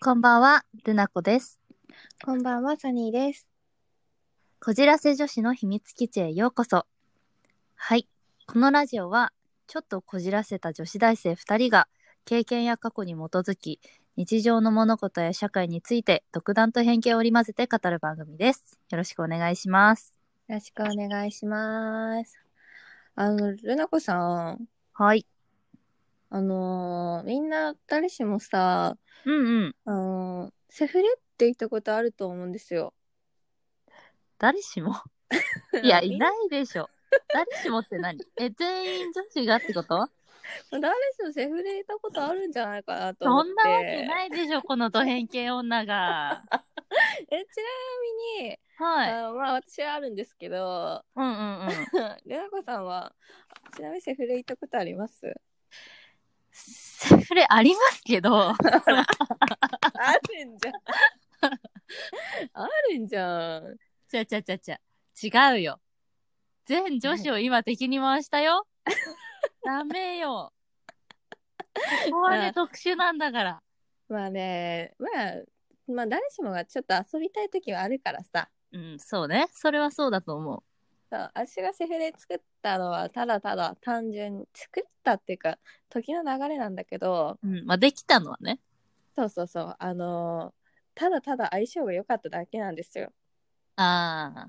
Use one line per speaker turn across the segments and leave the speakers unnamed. こんばんは、ルナコです。
こんばんは、サニーです。
こじらせ女子の秘密基地へようこそ。はい。このラジオは、ちょっとこじらせた女子大生2人が、経験や過去に基づき、日常の物事や社会について、独断と偏見を織り交ぜて語る番組です。よろしくお願いします。
よろしくお願いします。あの、ルナコさん、
はい。
あのーみんな誰しもさ、
うんうん。
あのーセフレって言ったことあると思うんですよ。
誰し も。いや、い
みんな
な。いでしょ。誰しもって何え、全員女子がってこと
誰しもセフレ言ったことあるんじゃないかなと思
そ
っ て。
んなわけ
い。
ないでしょ、このド偏見女が。
え、ちなみに、
はい。
あのまあ私はあるんですけど、
うんうんうん。
ルナコさんは、ちなみにセフレ言ったことあり ます
セフレありますけど、
あるんじゃん。あるんじゃん。
ちゃちゃちゃちゃ、違うよ。全女子を今敵に回した よ。ダメよ。ここは
あ
ね、特殊なんだから。
まあね、まあ、まあ誰しもがちょっと遊びたい時はあるからさ。
うん、そうね。それはそうだと思
そう私がセフレ作ったのはただただ単純に作ったっていうか時の流れなんだけど
う。うん、まあ、できたのはね。
そうそうそうあのーただただ相性が良かっただけなんですよ
あ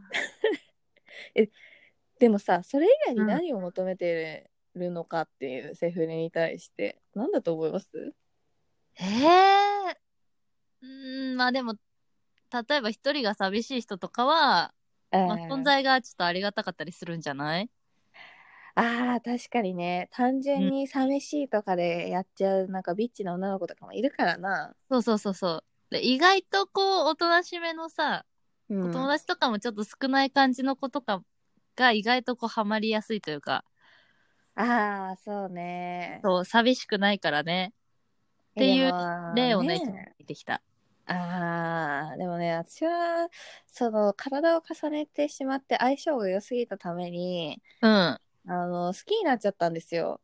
でもさそれ以外
う
に
ん
何を求めてるのかっていうセフレに対して何だと思います
あ。ええー。うん、まあでも、例えば一人が寂しい人とかは、
え
まあ、
ー
存在がちょっとありがたかったりするんじゃない
あー確かにね単純に寂しいとかでやっちゃうなんかビッチな女の子とかもいるからな、
そうそうそうそう。で意外とこう、おとなしめのさ、
うん
お友達とかもちょっと少ない感じの子とかが意外とこうハマりやすいというか、
ああそうね
そう寂しくないからねっていう例をね見てきた
ああでもね私はその体を重ねてしまって相性が良すぎたために
うんあ
あの好きになっちゃったんですよ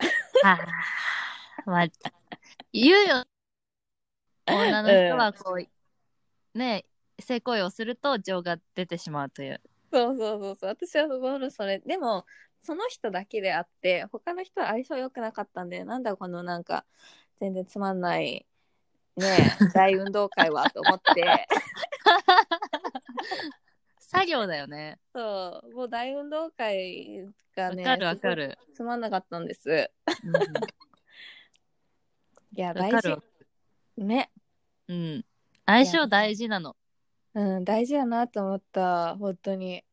ーまあ言うよ女の人はこう、ね性行為をすると情が出てしまうという
そうそうそうそう私はゴールそれでもその人だけであって他の人は相性良くなかったんでなんだこのなんか全然つまんない ねえ大運動会はと思って
作業だよね
そうもう大運動会が
わ
ね
かるわかる、
すごくつまんなかったんです
うん
いや
わ
大
かる
事
わ
ね
うん相性大事なの、
うん、大事だなと思った、本当に。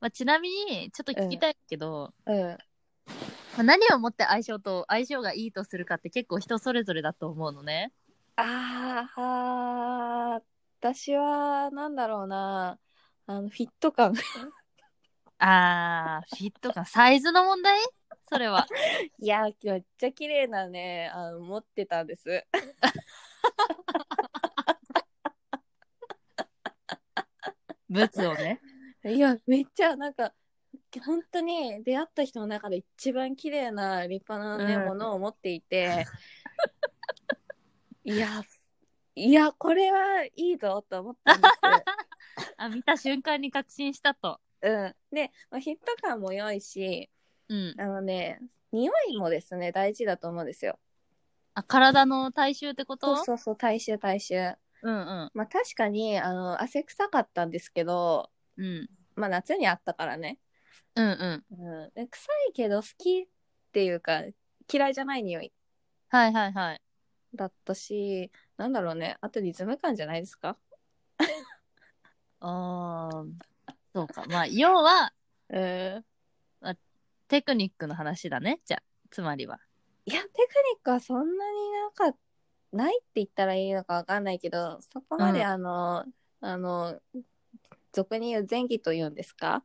まあ、ちなみにちょっと聞きたいけど、
うん。
まあ何をもって相性と相性がいいとするかって結構人それぞれだと思うのね。
あーはー、私は、なんだろうな、あの、フィット感。
あー、フィット感、サイズの問題それは。
いや、めっちゃ綺麗なね、あの、持ってたんです。
ブツをね。
いや、めっちゃ、なんか、本当に出会った人の中で一番綺麗な立派なね、
うん
ものを持ってい て、いや、いや、これはいいぞと思ったん です。
あ、見た瞬間に確信したと。
うん。で、まあ、フィット感も良いし、
うん。
あのね、匂いもですね、大事だと思うんですよ。
あ、体の体臭ってこと
そうそうそう、体臭、体臭。
うんうん。
まあ確かに、あの、汗臭かったんですけど、
うん。
まあ夏にあったからね。
うんうん。
うん、で臭いけど好きっていうか、嫌いじゃない匂い
はいはいはい。
だったし、なんだろうね、あとリズム感じゃないですか
あー、そうか。まあ、要は
うん。
テクニックの話だね。じゃあ、つまりは。
いや、テクニックはそんなになんか、ないって言ったらいいのかわかんないけど、そこま
う
で
ん
あの、あの、俗に言う前期というんですか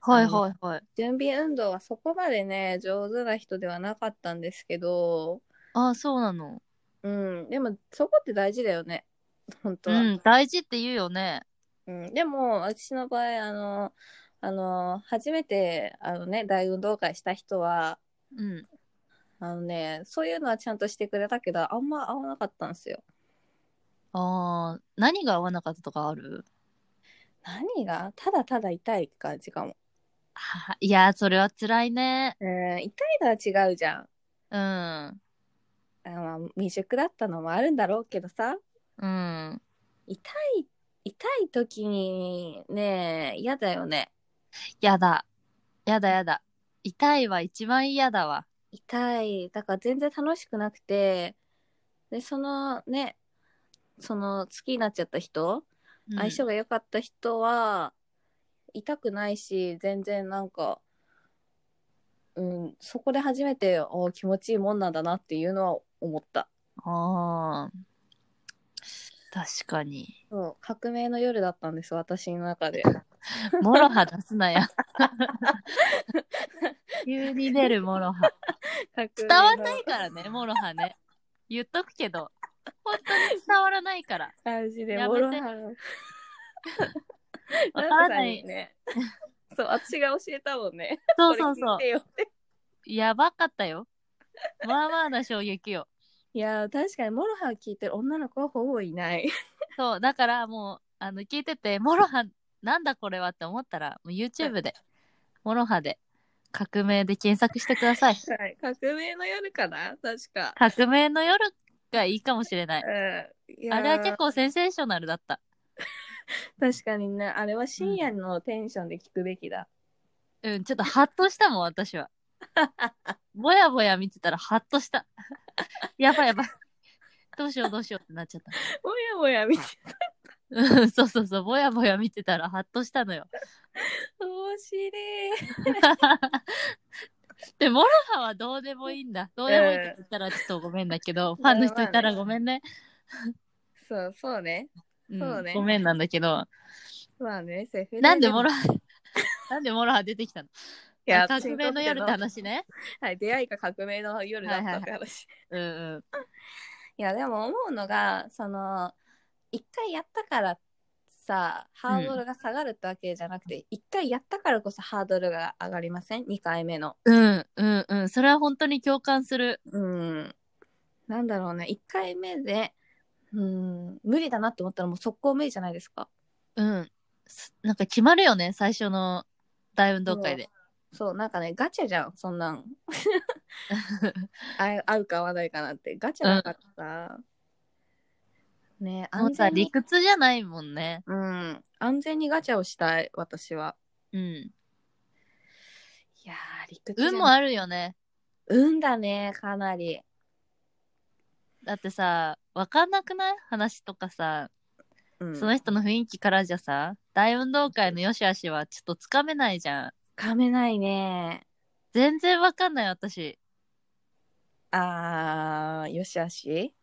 はい
い
は
はい
はい。
準備運動はそこまでね上手な人ではなかったんですけど、
あー、そうなの。
うん、でもそこって大事だよね本当
う
は、
ん、大事って言うよね。
うんでも私の場合あのあの初めてあのね大運動会した人は
うん。
あのねそういうのはちゃんとしてくれたけどあんま合わなかったんですよ
あー何が合わなかったとかある
何がただただ痛いって感じかも。
あーいやーそれは辛いね
うん、痛いのは違うじゃん。
うん
あまあ未熟だったのもあるんだろうけどさ
うん
痛い痛い時にね嫌だよね
やだやだやだ痛いは一番嫌だわ
痛いだから全然楽しくなくてでそのねその好きになっちゃった人、
うん
相性が良かった人は痛くないし全然なんか、うん、そこで初めてお気持ちいいもんなんだなっていうのは思った
あー確かに
そう革命の夜だったんです私の中 で
モロハ出すな や急に出るモロハ伝わんないからねモロハね言っとくけど本当に伝わらないから
感じで
やめて
モロハ の
わからない
んこさんにね。 そう、私が教えたもんね。
そうそうそ
これ聞いうてよって
やばかったよまあまあな衝撃よ
いやー、確かにモロハを聞いてる女の子はほぼいない。
そうだからもうあの聞いててモロハなんだこれはって思ったらもう YouTube でモロハで革命で検索してください
はい、革命の夜かな確か。
革命の夜がいいかもしれない
うんいやー
あれは結構センセーショナルだった
確かにねあれは深夜のテンションで聞くべきだ、
うんちょっとハッとしたもん私はぼやぼや見てたらハッとした。やばいやばい。どうしようどうしようってなっちゃった。
もやもや見て
うん、そうそうそう、ぼやぼや見てたらハッとしたのよ。
面白い
で、モロハはどうでもいいんだ。どうでもいいって言ったらちょっとごめんだけど、ファンの人いたらごめんね。
そうそうね
うん
そうね
ごめんなんだけど、
まあねセフレ
なんでモロハ、 なんでモロハ出てきたの
いや
革命の夜って話ね。
はい出会いが革命の夜だったって話、
うんうん。
いやでも思うのがその一回やったからさハードルが下がるってわけじゃなくて一、回やったからこそハードルが上がりません2回目の。
うんうんうん。それは本当に共感する。
うんなんだろうね1回目でうん無理だなって思ったらもう速攻無理じゃないですか。
うん。すなんか決まるよね、最初の大運動会で。
そうなんかねガチャじゃんそんなん あ合うか合わないかなってガチャだからさ、ね
もう
安
さ
全
理
に、
屈じゃないもんね。
うん、安全にガチャをしたい私は。
うん。
いやー理屈じゃない
運もあるよね。
運だねかなり
だってさ、わかんなくない話とかさ、
うん
その人の雰囲気からじゃさ、大運動会の良し悪しはちょっとつかめないじゃん。
噛めないね
全然わかんない私。
あーよしあし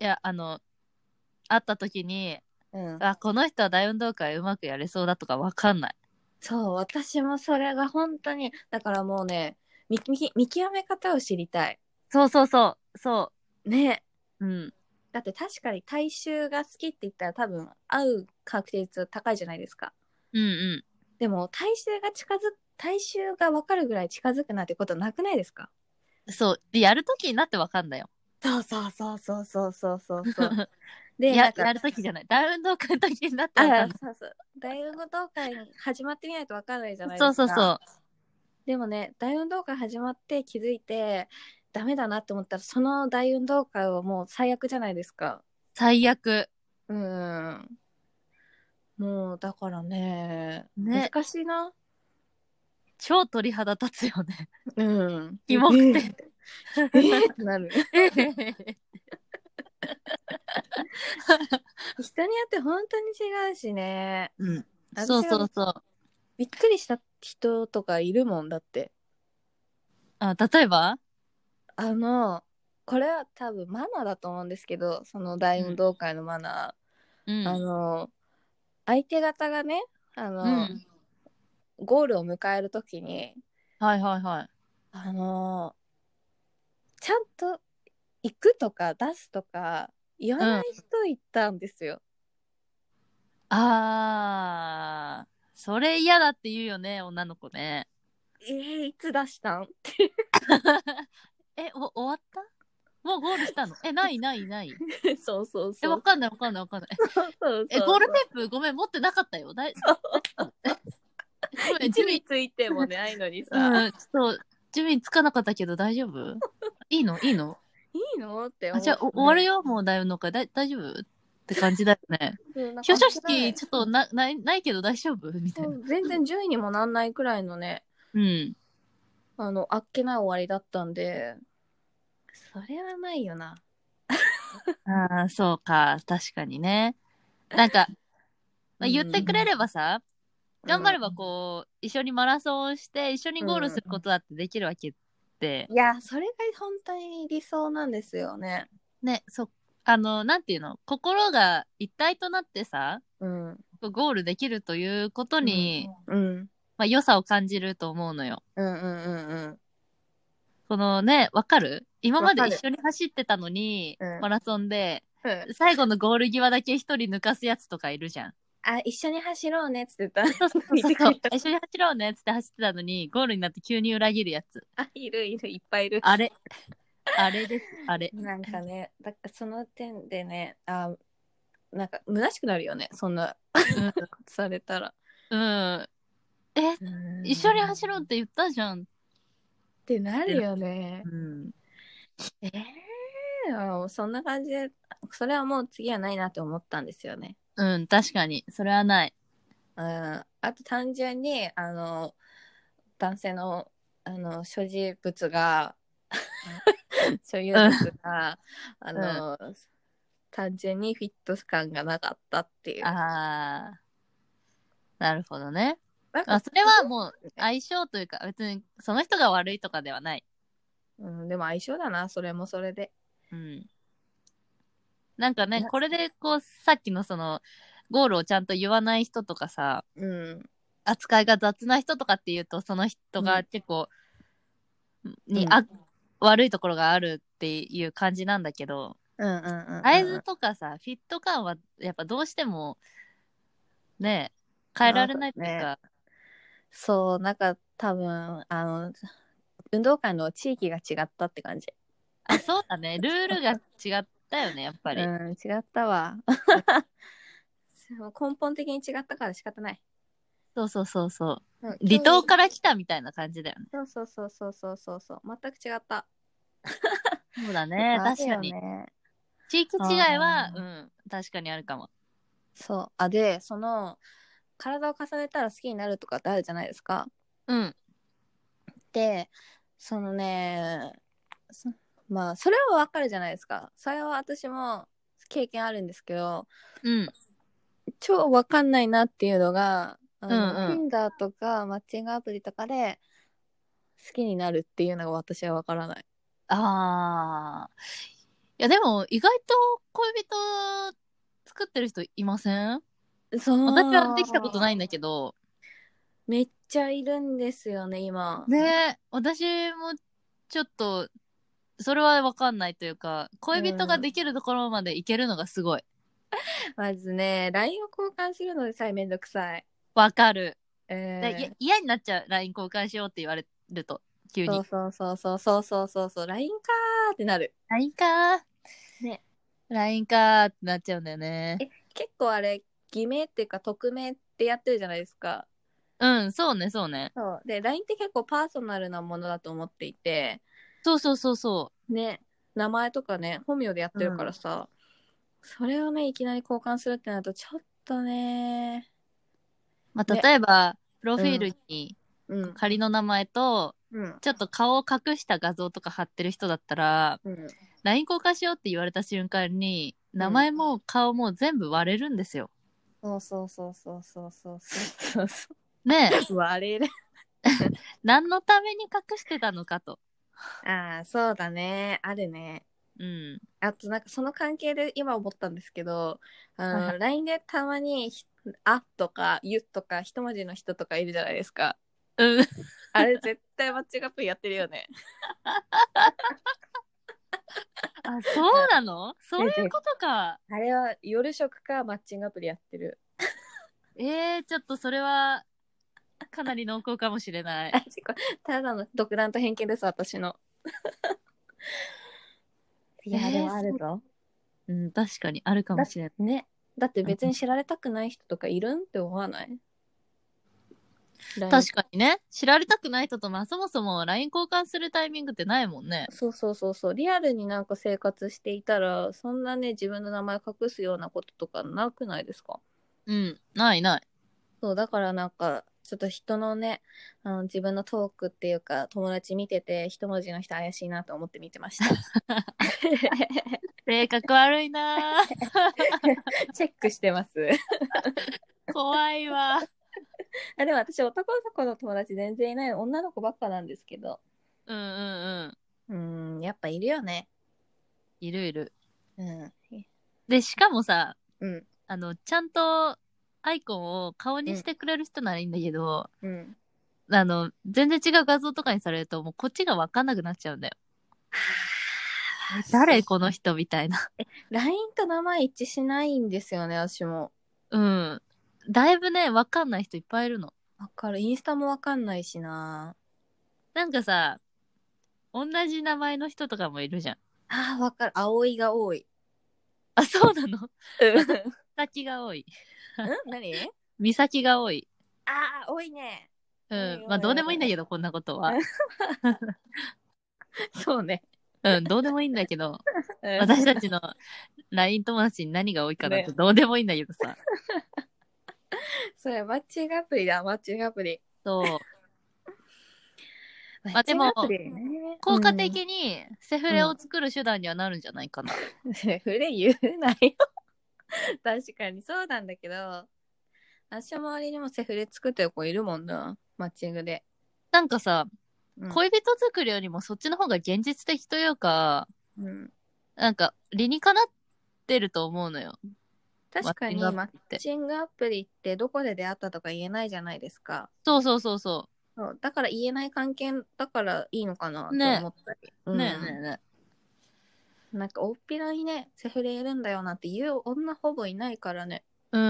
いや、あの、会った時に、
うん
あ、この人は大運動会うまくやれそうだとかわかんない。
そう私もそれが本当にだからもうね見見見極め方を知りたい
そうそうそう、そ
ね
う。うん。
だって確かに大衆が好きって言ったら多分合う確定率高いじゃないですか
うんうん。
でも大衆が近づく大衆が分かるぐらい近づくなんてことなくないですか
そう。で、やる時になってわかんだよ。
そうそうそうそうそうそう そうそうでな
や
んか
やる時じゃない。大運動会の時になってわか
あ
ん
そうそう大運動会に始まってみないと分かんないじゃ
な
な
いい。
です
そ
か
うそうそう。
でもね大運動会始まって気づいてダメだなって思ったらその大運動会はもう最悪じゃないですか
最悪。
うーんもうだからね
ね
難しいな
超鳥肌立つよね。
うん
キモくて。
えーえーってなる人によって本当に違うしね
うん、
私は
そうそうそう。
びっくりした人とかいるもんだって
あ例えば
あのこれは多分マナーだと思うんですけどその大運動会のマナー、
うん。
あの相手方がねあの、
うん
ゴールを迎えるときに
はいはいはい。
あのちゃんと行くとか出すとか言わない人いたんですよ。
あー、それ嫌だって言うよね、女の子ね。
えーいつ出したん
え、お終わったもううゴールしたのえ、ないない ない。
そうそう
え、
そ
わ
う。
かんないわかんないわかんない。
そうそう
え、ゴールテープごめん、持ってなかったよ。だいごめん、
一
準備
味ついてもないのにさ、
うん、ちょっと、準備つかなかったけど大丈 夫いいのいいの
いいのって思
あ
う
じゃあ、お終わるよ、もうだいぶのかだ大丈夫って感じだよ ね。
うんなん
表
か
彰式、ちょっとな、ない、ないけど大丈夫みたい
そ
な。
う全然順位にもなんないくらいのね、
うん。
あの、あっけない終わりだったんで、それはないよな。
ああ、そうか。確かにね。なん か、まあ、
うん
言ってくれればさ、頑張ればこう、一緒にマラソンをして、一緒にゴールすることだってできるわけって、
いや、それが本当に理想なんですよね。
ね、そう、あの、なんていうの、心が一体となってさ、
うん。
ゴールできるということに、
うん。
まあ、良さを感じると思うのよ。
うんうんうん
このね、わかる今まで
わかる
一緒に走ってたのに、
うん
マラソンで、
うん。
最後のゴール際だけ一人抜かすやつとかいるじゃん。
あ、一緒に走ろうねっつってた。
そうそう
見
そう
て
そ
く
う
れた。
一緒に走ろうねっつって走ってたのに、ゴールになって急に裏切るやつ。
あ、いるいる、いっぱいいる。
あれ。あれです。あれ。
なんかね、だからその点でね、あ、なんか虚しくなるよね、そんなこと されたら。
うん。え、一緒に走ろうって言ったじゃん。
ってなるよね。
うん。
ええもうそんな感じで、それはもう次はないなって思ったんですよね。
うん、確かに。それはない。
うん、あと単純にあの男性のあの所持物が 所有物が、あの、単純にフィット感がなかったっていう。
あー。なるほどね。
なん
あ
か
それはもう相性というか、別にその人が悪いとかではない。
うん、でも相性だなそれもそれで。
うん。なんかね
な、
これでこう、さっきのその、ゴールをちゃんと言わない人とかさ、
うん、
扱いが雑な人とかっていうと、その人が結構、に
うん
あ、悪いところがあるっていう感じなんだけど、
うんうんうんうん
サイズとかさ、フィット感はやっぱどうしても、ね、変えられないっていう
な
か、
そうなんか多分あの運動会の地域が違ったって感じ。
あ、そうだ ね、ルールが違ったよね、やっぱり。
うん、違ったわ。 そう根本的に違ったから仕方ない。
そうそうそうそう。
うん
離島から来たみたいな感じだよね。
そうそうそうそうそうそうそう全く違った。
そうだね、
あ
確
る
か
よ
に。
ね。
地域違いは
あ、ー
うん、確かにあるかも。
そうあでその体を重ねたら好きになるとかってあるじゃないですか。
うん、
でそのねそまあそれはわかるじゃないですか。それは私も経験あるんですけど
うん、
超わかんないなっていうのが、あの
うん
Tinder とかマッチングアプリとかで好きになるっていうのが私はわからない。
あー。いや、でも、意外と恋人作ってる人いません
そう
私はできたことないんだけど、
どめっちゃいるんですよね今
ねえ私もちょっと、それはわかんないというか、恋人ができるところまで行けるのがすごい。
まずね LINE を交換するのでさえめんどくさい、
わかる。
え
だいや嫌になっちゃう、LINE 交換しようって言われると、急
ー、
に。
そうそうそうそうそうそうそう LINE かーってなる
LINE かー。
ね。
LINE かーってなっちゃうんだよね。
結構あれ偽名っていうか匿名ってやってるじゃないですか
うん、そうね、そうね。
そうで LINE って結構パーソナルなものだと思っていて
そうそうそうそ
ね名前とかね本名でやってるからさ、それをねいきなり交換するってなるとちょっとね
う。まあ、
ね
例えば、プロフィールに
うん
仮の名前と、
うん
ちょっと顔を隠した画像とか貼ってる人だったら、
うん
LINE 交換しようって言われた瞬間に、名前も顔も全部割れるんですよ。
そうそうそうそうそうそうそうそう
ねえ、
割れる。
何のために隠してたのかと。
ああ、そうだね。あるね。
うん。
あと、なんかその関係で今思ったんですけど、
はい
あ
は
の、LINE でたまにひ、あとか、ゆとか、一文字の人とかいるじゃないですか。
うん。
あれ、絶対マッチングアプリやってるよね。
あ、そうなの そういうことか。
あれは、夜食かマッチングアプリやってる。
えー、ちょっとそれは、かなり濃厚かもしれない
あ。、違う。 ただの独断と偏見です、私の。いや、
えー
でもあるぞ。
うん、確かにあるかもしれない。
ね。だって別に知られたくない人とかいるんって思わない
確かにね。知られたくない人と、まあ、そもそも LINE 交換するタイミングってないもんね。
そうそうそうそうリアルになんか生活していたらそんなね自分の名前隠すようなこととかなくないですか
うん、ないない。
そうだからなんかちょっと人のねあの自分のトークっていうか友達見てて一文字の人怪しいなと思って見てました
性格悪いなぁ
チェックしてます
怖いわ。
あでも私男の子の友達全然いない女の子ばっかなんですけど
うんうんうん。
うーんやっぱいるよね
いるいる。
うん
で、しかもさ、
うん
あの、ちゃんとアイコンを顔にしてくれる人ならいいんだけど、
うん
あの、全然違う画像とかにされると、もうこっちがわかんなくなっちゃうんだよ。誰この人みたいな。
LINE と名前一致しないんですよね私も
うん。だいぶね、わかんない人いっぱいいるの。
わかるインスタもわかんないしな
なんかさ、同じ名前の人とかもいるじゃん。
あーわかる葵が多い
あ、そうなの
うん
先が多い。
何
美咲が多い。
ああ多いね
う
多い
ん
よ。
まあ、どうでもいいんだけど、こんなことは。
そうね
うん、どうでもいいんだけど、
私
私たちの LINE 友達に何が多いかなんて
ね
どうでもいいんだけど さ。
それマッチングアプリだマッチングアプリ
そう。
マ
あでも
ッチングアプリね
効果的にセフレを作る手段にはなるんじゃないかな。
うん触れ言うなよ確かにそうなんだけど私の周りにもセフレ作ってる子いるもんなマッチングで、
なんかさ、
うん
恋人作るよりもそっちの方が現実的というか、
うん
なんか理にかなってると思うのよ。
確かに
マ
マ
ッ
ッチングアプリってどこで出会ったとか言えないじゃないですか
そうそうそうそ
そうだから言えない関係だからいいのかなと
ね
思ったり、
う。ねえねえね
うんなんか大っぴらにねセフレいるんだよなって言う女ほぼいないからね
え。うん。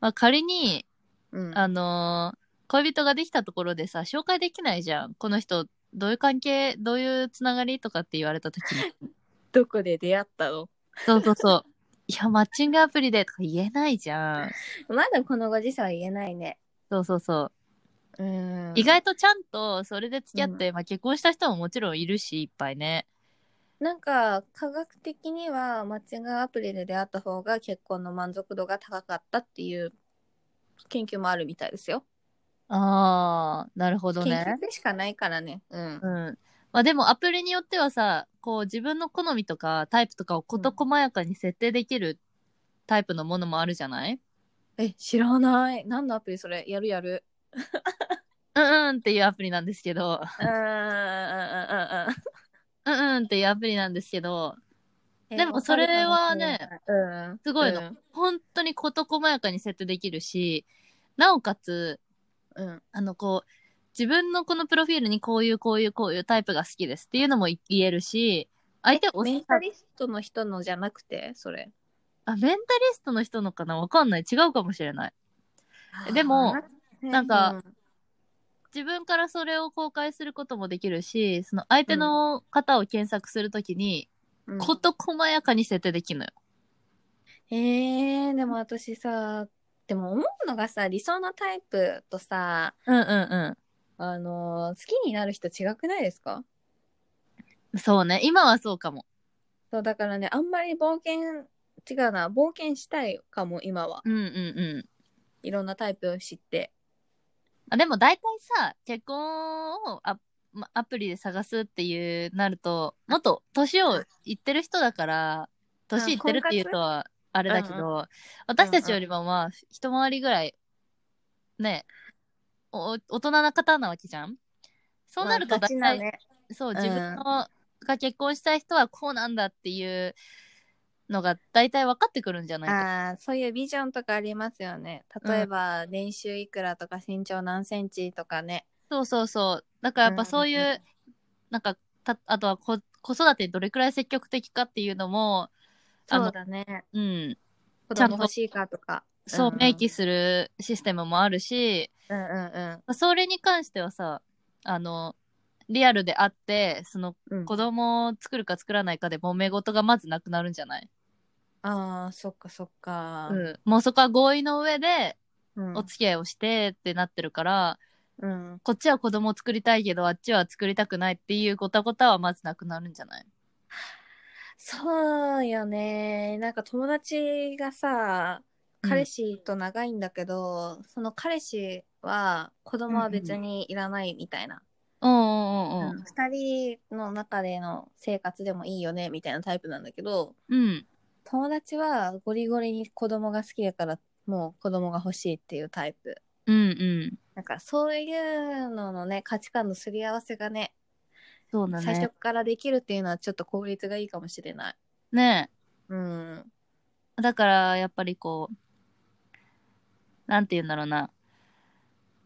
まあ仮に、
うん
あのー恋人ができたところでさ、紹介できないじゃん。この人、どういう関係、どういうつながりとかって言われた時に。
どこで出会ったの
そうそうそう。いや、マッチングアプリでとか言えないじゃん。
まだこのご時世は言えないね
そうそうそう。
うん
意外とちゃんと、それで付き合って、まあ結婚した人ももちろんいるし、いっぱいね。
なんか科学的にはマッチングアプリで出会った方が結婚の満足度が高かったっていう研究もあるみたいですよ、
あー、なるほど
研
ね
究。でしかないからねうん
うん。まあでもアプリによってはさ、こう自分の好みとかタイプとかを事細やかに設定できるタイプのものもあるじゃない
え知らない何のアプリそれやるやる
うんうんっていうアプリなんですけど。
うんうんうんうんうん
うんうんっていうアプリなんですけど、
え
でもそれはね、
うん、
すごいの本当に事細やかに設定できるし、なおかつ、
うん。うん。
あの、こう、自分のこのプロフィールにこういうこういうこういうタイプが好きですっていうのも言えるし、相手を
メンタリストの人のじゃなくて、それ。
あ、メンタリストの人のかなわかんない。違うかもしれない。えでも
あー、
なんか自分からそれを公開することもできるし、その相手の方を検索するときに、
うん、うん
事細やかに設定できるのよ。
えー、でも私さ、でも思うのがさ、理想のタイプとさ、
うんうんう
あのー好きになる人違くないですか
ん。そうね。今はそうかも。
そう、だからね、あんまり冒険、違うな、冒険したいかも、今は。
うんうんうん。
いろんなタイプを知って。
あでも大体さ、結婚をア,、ま、アプリで探すっていうなると、もっと年をいってる人だから、年いってるっていうとはあれだけど、
うん
私たちよりもまあ、一回りぐらい、ね、お大人な方なわけじゃんそうなると
まあ
大
ガチ
体、
なね。
そう、
ん
自分の、が結婚したい人はこうなんだっていうのが大体分かってくるんじゃないか。
ああ、そういうビジョンとかありますよね。例えば、年収いくらとか身長何センチとかね。
そうそうそう。だからやっぱそういう、
うんうんうん
なんか、たあとはこ子育てにどれくらい積極的かっていうのも、あの
そうだね。
うん、
子
ちゃんと
供欲しいかとか。
そう明記
す
するシステムもあるし、
る。うんうんうん。
それに関してはさ、あの、リアルであってその
うん
子供を作るか作らないかで揉め事がまずなくなるんじゃない、
ああ、そっかそっか
う。ん、もうそこは合意の上で
うん
お付き合いをしてってなってるから、
うん。
こっちは子供を作りたいけどあっちは作りたくないっていうごたごたはまずなくなるんじゃない
そうよね。なんか友達がさ、彼氏と長いんだけど、その彼氏は子供は別にいらないみたいな。
うんうんうんうん
二人の中での生活でもいいよねみたいなタイプなんだけど、
うん
友達はゴリゴリに子供が好きだからもう子供が欲しいっていうタイプ。
うんうん
なんかそういうののね価値観のすり合わせがね
そうだ
最
ね
初からできるっていうのはちょっと効率がいいかもしれない。
ねえ
うん。
だからやっぱりこうなんて言うんだろうな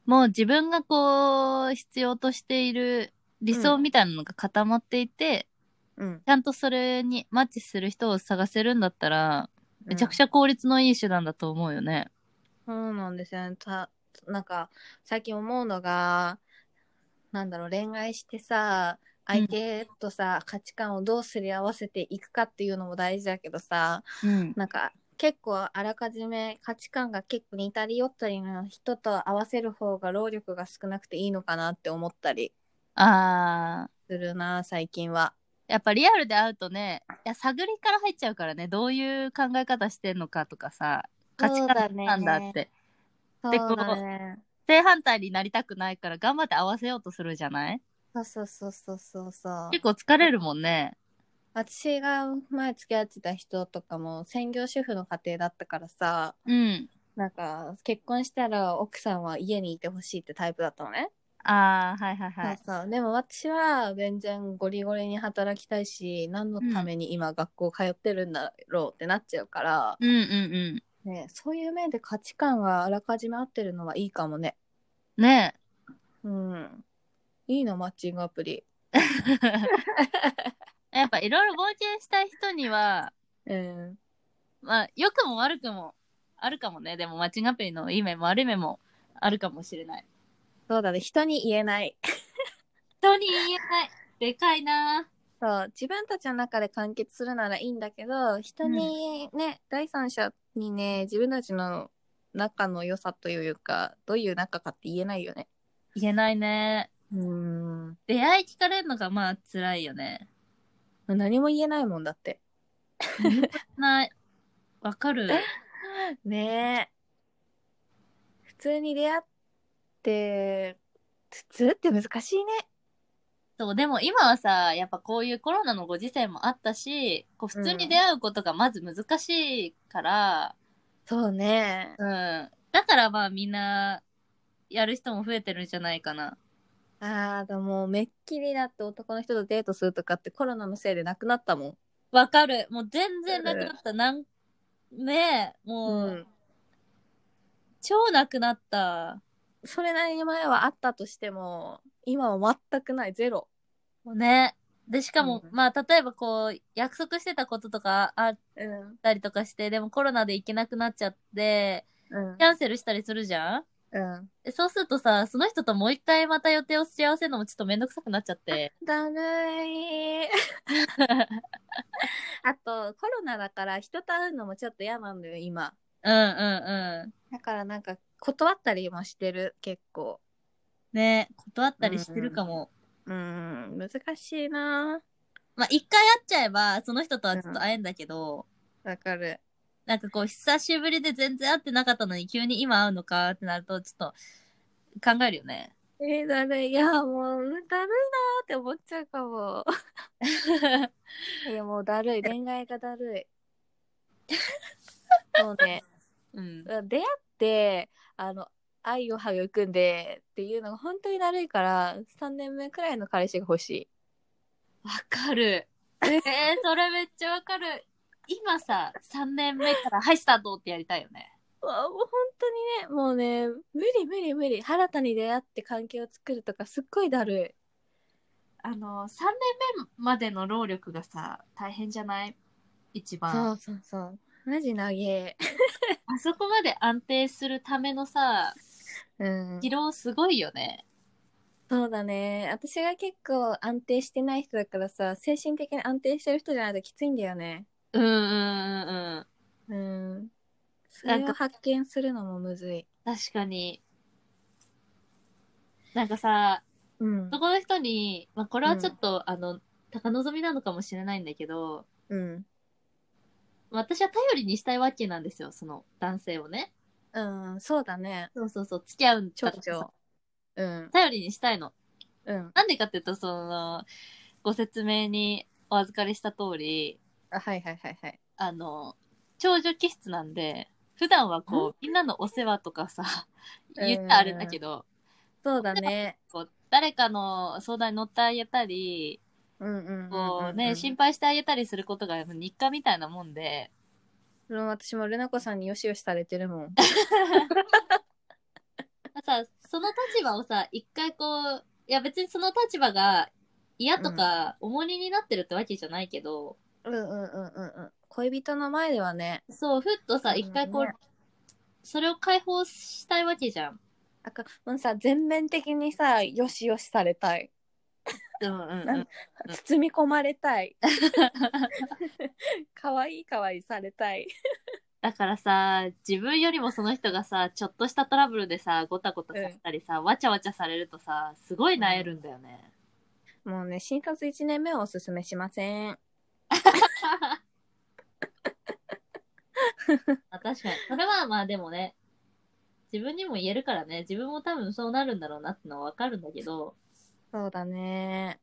もう自分がこう必要としている理想みたいなのが固まっていて、
うん。
ちゃんとそれにマッチする人を探せるんだったらめちゃくち
ゃ。
ゃ効率のいい手段だと思うよね。
そうなんですよね。たなんか最近思うのがなんだろう恋愛してさ相手とさ、価値観をどうすり合わせていくかっていうのも大事だけどさ
うん、
なんか結構あらかじめ価値観が結構似たり寄ったりの人と合わせる方が労力が少なくていいのかなって思ったり
あー
するな最近は。
やっぱリアルで会うとねいや探りから入っちゃうからねどういう考え方してんのかとかさ価値観なんだって
そうだ
で
ねそうだ
こ
ね。
正反対になりたくないから頑張って合わせようとするじゃない
そうそうそうそうそうそう。
結構疲れるもんね。
私が前付き合ってた人とかも専業主婦の家庭だったからさ、
うん。
なんか結婚したら奥さんは家にいてほしいってタイプだったのね。
ああ、はいはいはい。
そうそう。でも私は全然ゴリゴリに働きたいし、何のために今学校通ってるんだろうってなっちゃうから、
うんうん
ね、そういう面で価値観があらかじめ合ってるのはいいかもね。
うん。ね
うん。いいのマッチングアプリ。
え。やっぱいろいろ冒険したい人には、
うん。
まあ、良くも悪くもあるかもね。でもマッチングアプリのいい面も悪い面もあるかもしれない。
そうだね。人に言えない。
人に言えない。でかいな
そう自分たちの中で完結するならいいんだけど人にね、第三者にね自分たちの仲の良さというかどういう仲かって言えないよね。
言えないね。
うん
出会い聞かれるのがまあ辛いよね。
何も言えないもんだって。
ない。わかる。
ねえ普通に出会って普通って難しいね。
そう、でも今はさ、やっぱこういうコロナのご時世もあったし、こう普通に出会うことがまず難しいから、
そうね。
うん。だからまあみんな、やる人も増えてるんじゃないかな。
ああでもめっきりだって男の人とデートするとかってコロナのせいでなくなったもん。
わかる。もう全然なくなった。なん、ねえ、もう、
うん
超なくなった。
それなりに前はあったとしても今は全くないゼロ。
もうね。で、しかも、
うん
まあ例えばこう、約束してたこととかあっ
うん
たりとかして、でもコロナで行けなくなっちゃって、
うん
キャンセルしたりするじゃん
うん
でそうするとさ、その人ともう一回また予定をし合わせるのもちょっとめんどくさくなっちゃって。
だるいあとコロナだから人と会うのもちょっと嫌なんだよ今
うんうんう
だからなんか断ったりもしてる結構
ん。ね断ったりしてるかも。
うん難しいな
まあ、一回会っちゃえば、その人とはちょっと会えんだけど、
わかる
なんかこう、久しぶりで全然会ってなかったのに、急に今会うのかってなると、ちょっと、考えるよね。
えー、だるいいやもうだるいなーって思っちゃうかもいやもうだるい恋愛がだるい そうね
うん。
出会ってあの愛を育んでっていうのが本当にだるいから3年目くらいの彼氏が欲しい。
わかる。えー、それめっちゃわかる。今さ、3年目から、はい、スタートってやりたいよね。
うわもう本当にねもうね無理無理無理新たに出会って関係を作るとかすっごいだる
あの、3年目までの労力がさ、大変じゃない一
い。
番。
うそうそう。マジ長え。
あそこまで安定するためのさ、
うん
疲労すごいよね。
そうだね私が結構安定してない人だからさ精神的に安定してる人じゃないときついんだよね
うんうんうんうん。
うんそ
なん
れ
か
を発見するのもむずい
確かに。なんかさ、
うん
男の人に、まあ、これはちょっと、あの、高望みなのかもしれないんだけど、
うん
まあ私は頼りにしたいわけなんですよ、その男性をね。
うんそうだね
そうそうそう、付き合うん
長
だったらさ
女うん
頼りにしたいの。
うん
なんでかっていうと、その、ご説明にお預かりした通り、
あはいはいはいはい
あの、長女気質なんで、普段はこう、みんなのお世話とかさ、
うん
言ったらあれだけど、
そうだね
こう、誰かの相談に乗ってあげたり、
うんうんうんうん
こ
う
うね、
ん
心配してあげたりすることが日課みたいなもんで、
うん私もルナ子さんによしよしされてる もん
さ、その立場をさ、一回こう、いや別にその立場が嫌とか重荷になってるってわけじゃないけど、
うんうんうんうんうん恋人の前ではね
そう、ふっとさ、
うん
一回こう
ね、
それを解放したいわけじゃん。
あかもうさ全面的にさよしよしされたい
うんうん
ん
うん
包み込まれ たい可愛い可愛いされたい
だからさ、自分よりもその人がさ、ちょっとしたトラブルでさ、ごたごたさせたりさ、わちゃわちゃされるとさ、すごい萎えるんだよね。
もうね新卒1年目をおすすめしません
あ確かに。それはまあでもね、自分にも言えるからね、自分も多分そうなるんだろうなってのはわかるんだけど、
そうだね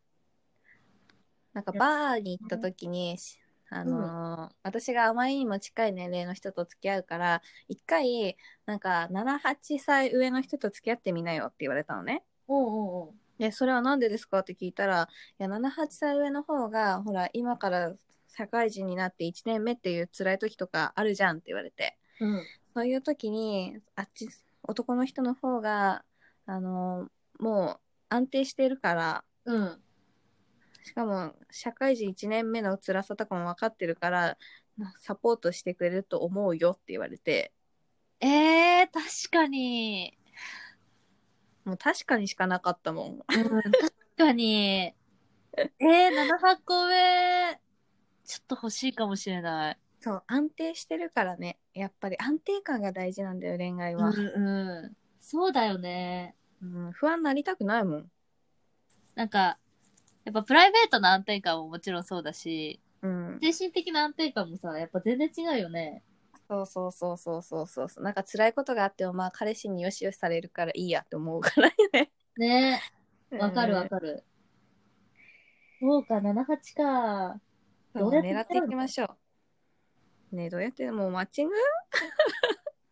なんかバーに行った時に、しあのー私があまりにも近い年齢の人と付き合うから一回なんか78歳上の人と付き合ってみなよって言われたのね
おうおうおう。
で、それはなんでですかって聞いたら、いや、78歳上の方が、ほら、今から社会人になって1年目っていう辛い時とかあるじゃんって言われて、
うん。
そういう時に、あっち、男の人の方が、あの、もう安定してるから、
うん。
しかも社会人1年目の辛さとかも分かってるから、なサポートしてくれると思うよって言われて、
ええー、確かに。
もう確かにしかなかったもん。
うん、確か に。ええー、7箱目、ちょっと欲しいかもしれない。
そう、安定してるからね。やっぱり安定感が大事なんだよ、恋愛
う
は。
んうん。そうだよね。
うん、不安になりたくないもん。
なんか、やっぱプライベートの安定感ももちろんそうだし、
うん、
精神的な安定感もさ、やっぱ全然違うよね。
そうそうそうそうそうそうそうなんか辛いことがあってもまあ彼氏によしよしされるからいいやって思うからね
ねわかるわかる。そうか、78か。
うん
どうやって
狙っていきましょうねどうやってもうマッチング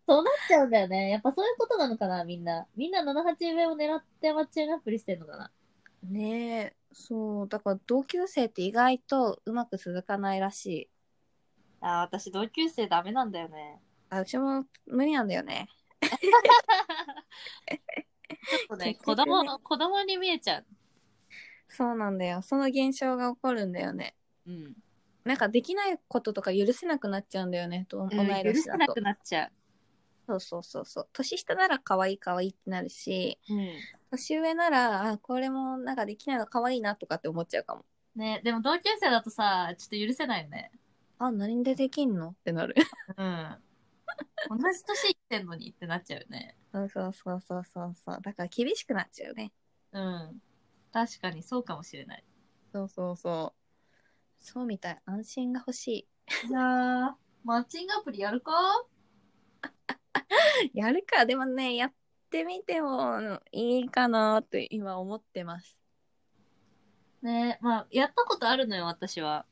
そうなっちゃうんだよね。やっぱそういうことなのかな、みんな。みんな78上を狙ってマッチングアプリしてんのかな。
ねえそうだから同級生って意外とうまく続かないらしい
あ私同級生ダメなんだよね。
あうちも無理なんだよね
ちょっとね、
結
子
局
供、
ね
子供に見えちゃう。
そうなんだよその現象が起こるんだよね
うん。
なんかできないこととか許せなくなっちゃうんだよねと同い年だと、
許せなくなっちゃ
そうそうそうそう年下なら可愛い可愛いってなるし
う。うん。
年上ならあこれもなんかできないの可愛いなとかって思っちゃうかも
ね、でも同級生だとさ、ちょっと許せないよね。
あ何でできんのってなる
うん。同じ年いってんのにってなっちゃうよね。
そうそうそうそうそうそうだから厳しくなっちゃうね
うん。確かにそうかもしれない。
そうそうそうそうみたい安心が欲し
いやー、マッチングアプリやるか
いやるかでもねやってみてもいいかなって今思ってます
ねまあ、やったことあるのよ、私は。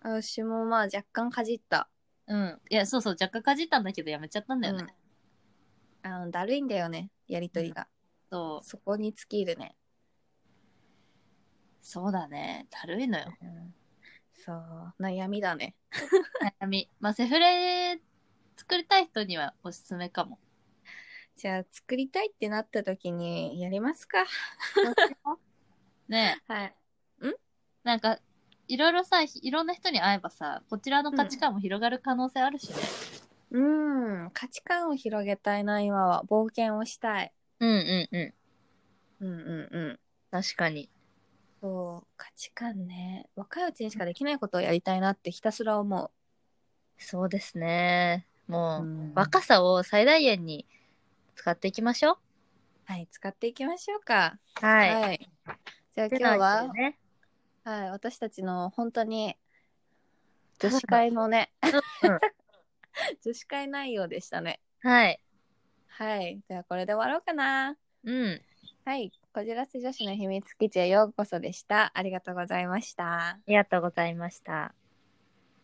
私もまあ若干かじった
うん。いや、そうそう、若干かじったんだけど、やめちゃったんだよね。
うんあのだるいんだよねやりとりが、
そう。
そこに尽きるね、
そうだね。だるいのよ。
そう悩みだね
悩み。まあ、セフレ作りたい人にはおすすめかも。
じゃあ作りたいってなった時にやりますか
ね
はい
なんか、いろいろさ、いろんな人に会えばさ、こちらの価値観も広がる可能性あるしね。
うん価値観を広げたいな今は冒険をしたい
うんうんうん。
うんうんうん
確かに。
そう価値観ね若いうちにしかできないことをやりたいなってひたすら思
そうですね。
う、
もう、
うん
若さを最大限に使っていきましょう。
はい使っていきましょうか
は
はい、じゃあ今日は、
ね、
はい、私たちの本当に女子会のね
うん
女子会内容でしたね
はい。
はいじゃあこれで終わろうかな
うん。
はいこじらせ女子の秘密基地へようこそでしたありがとうございました
ありがとうございました。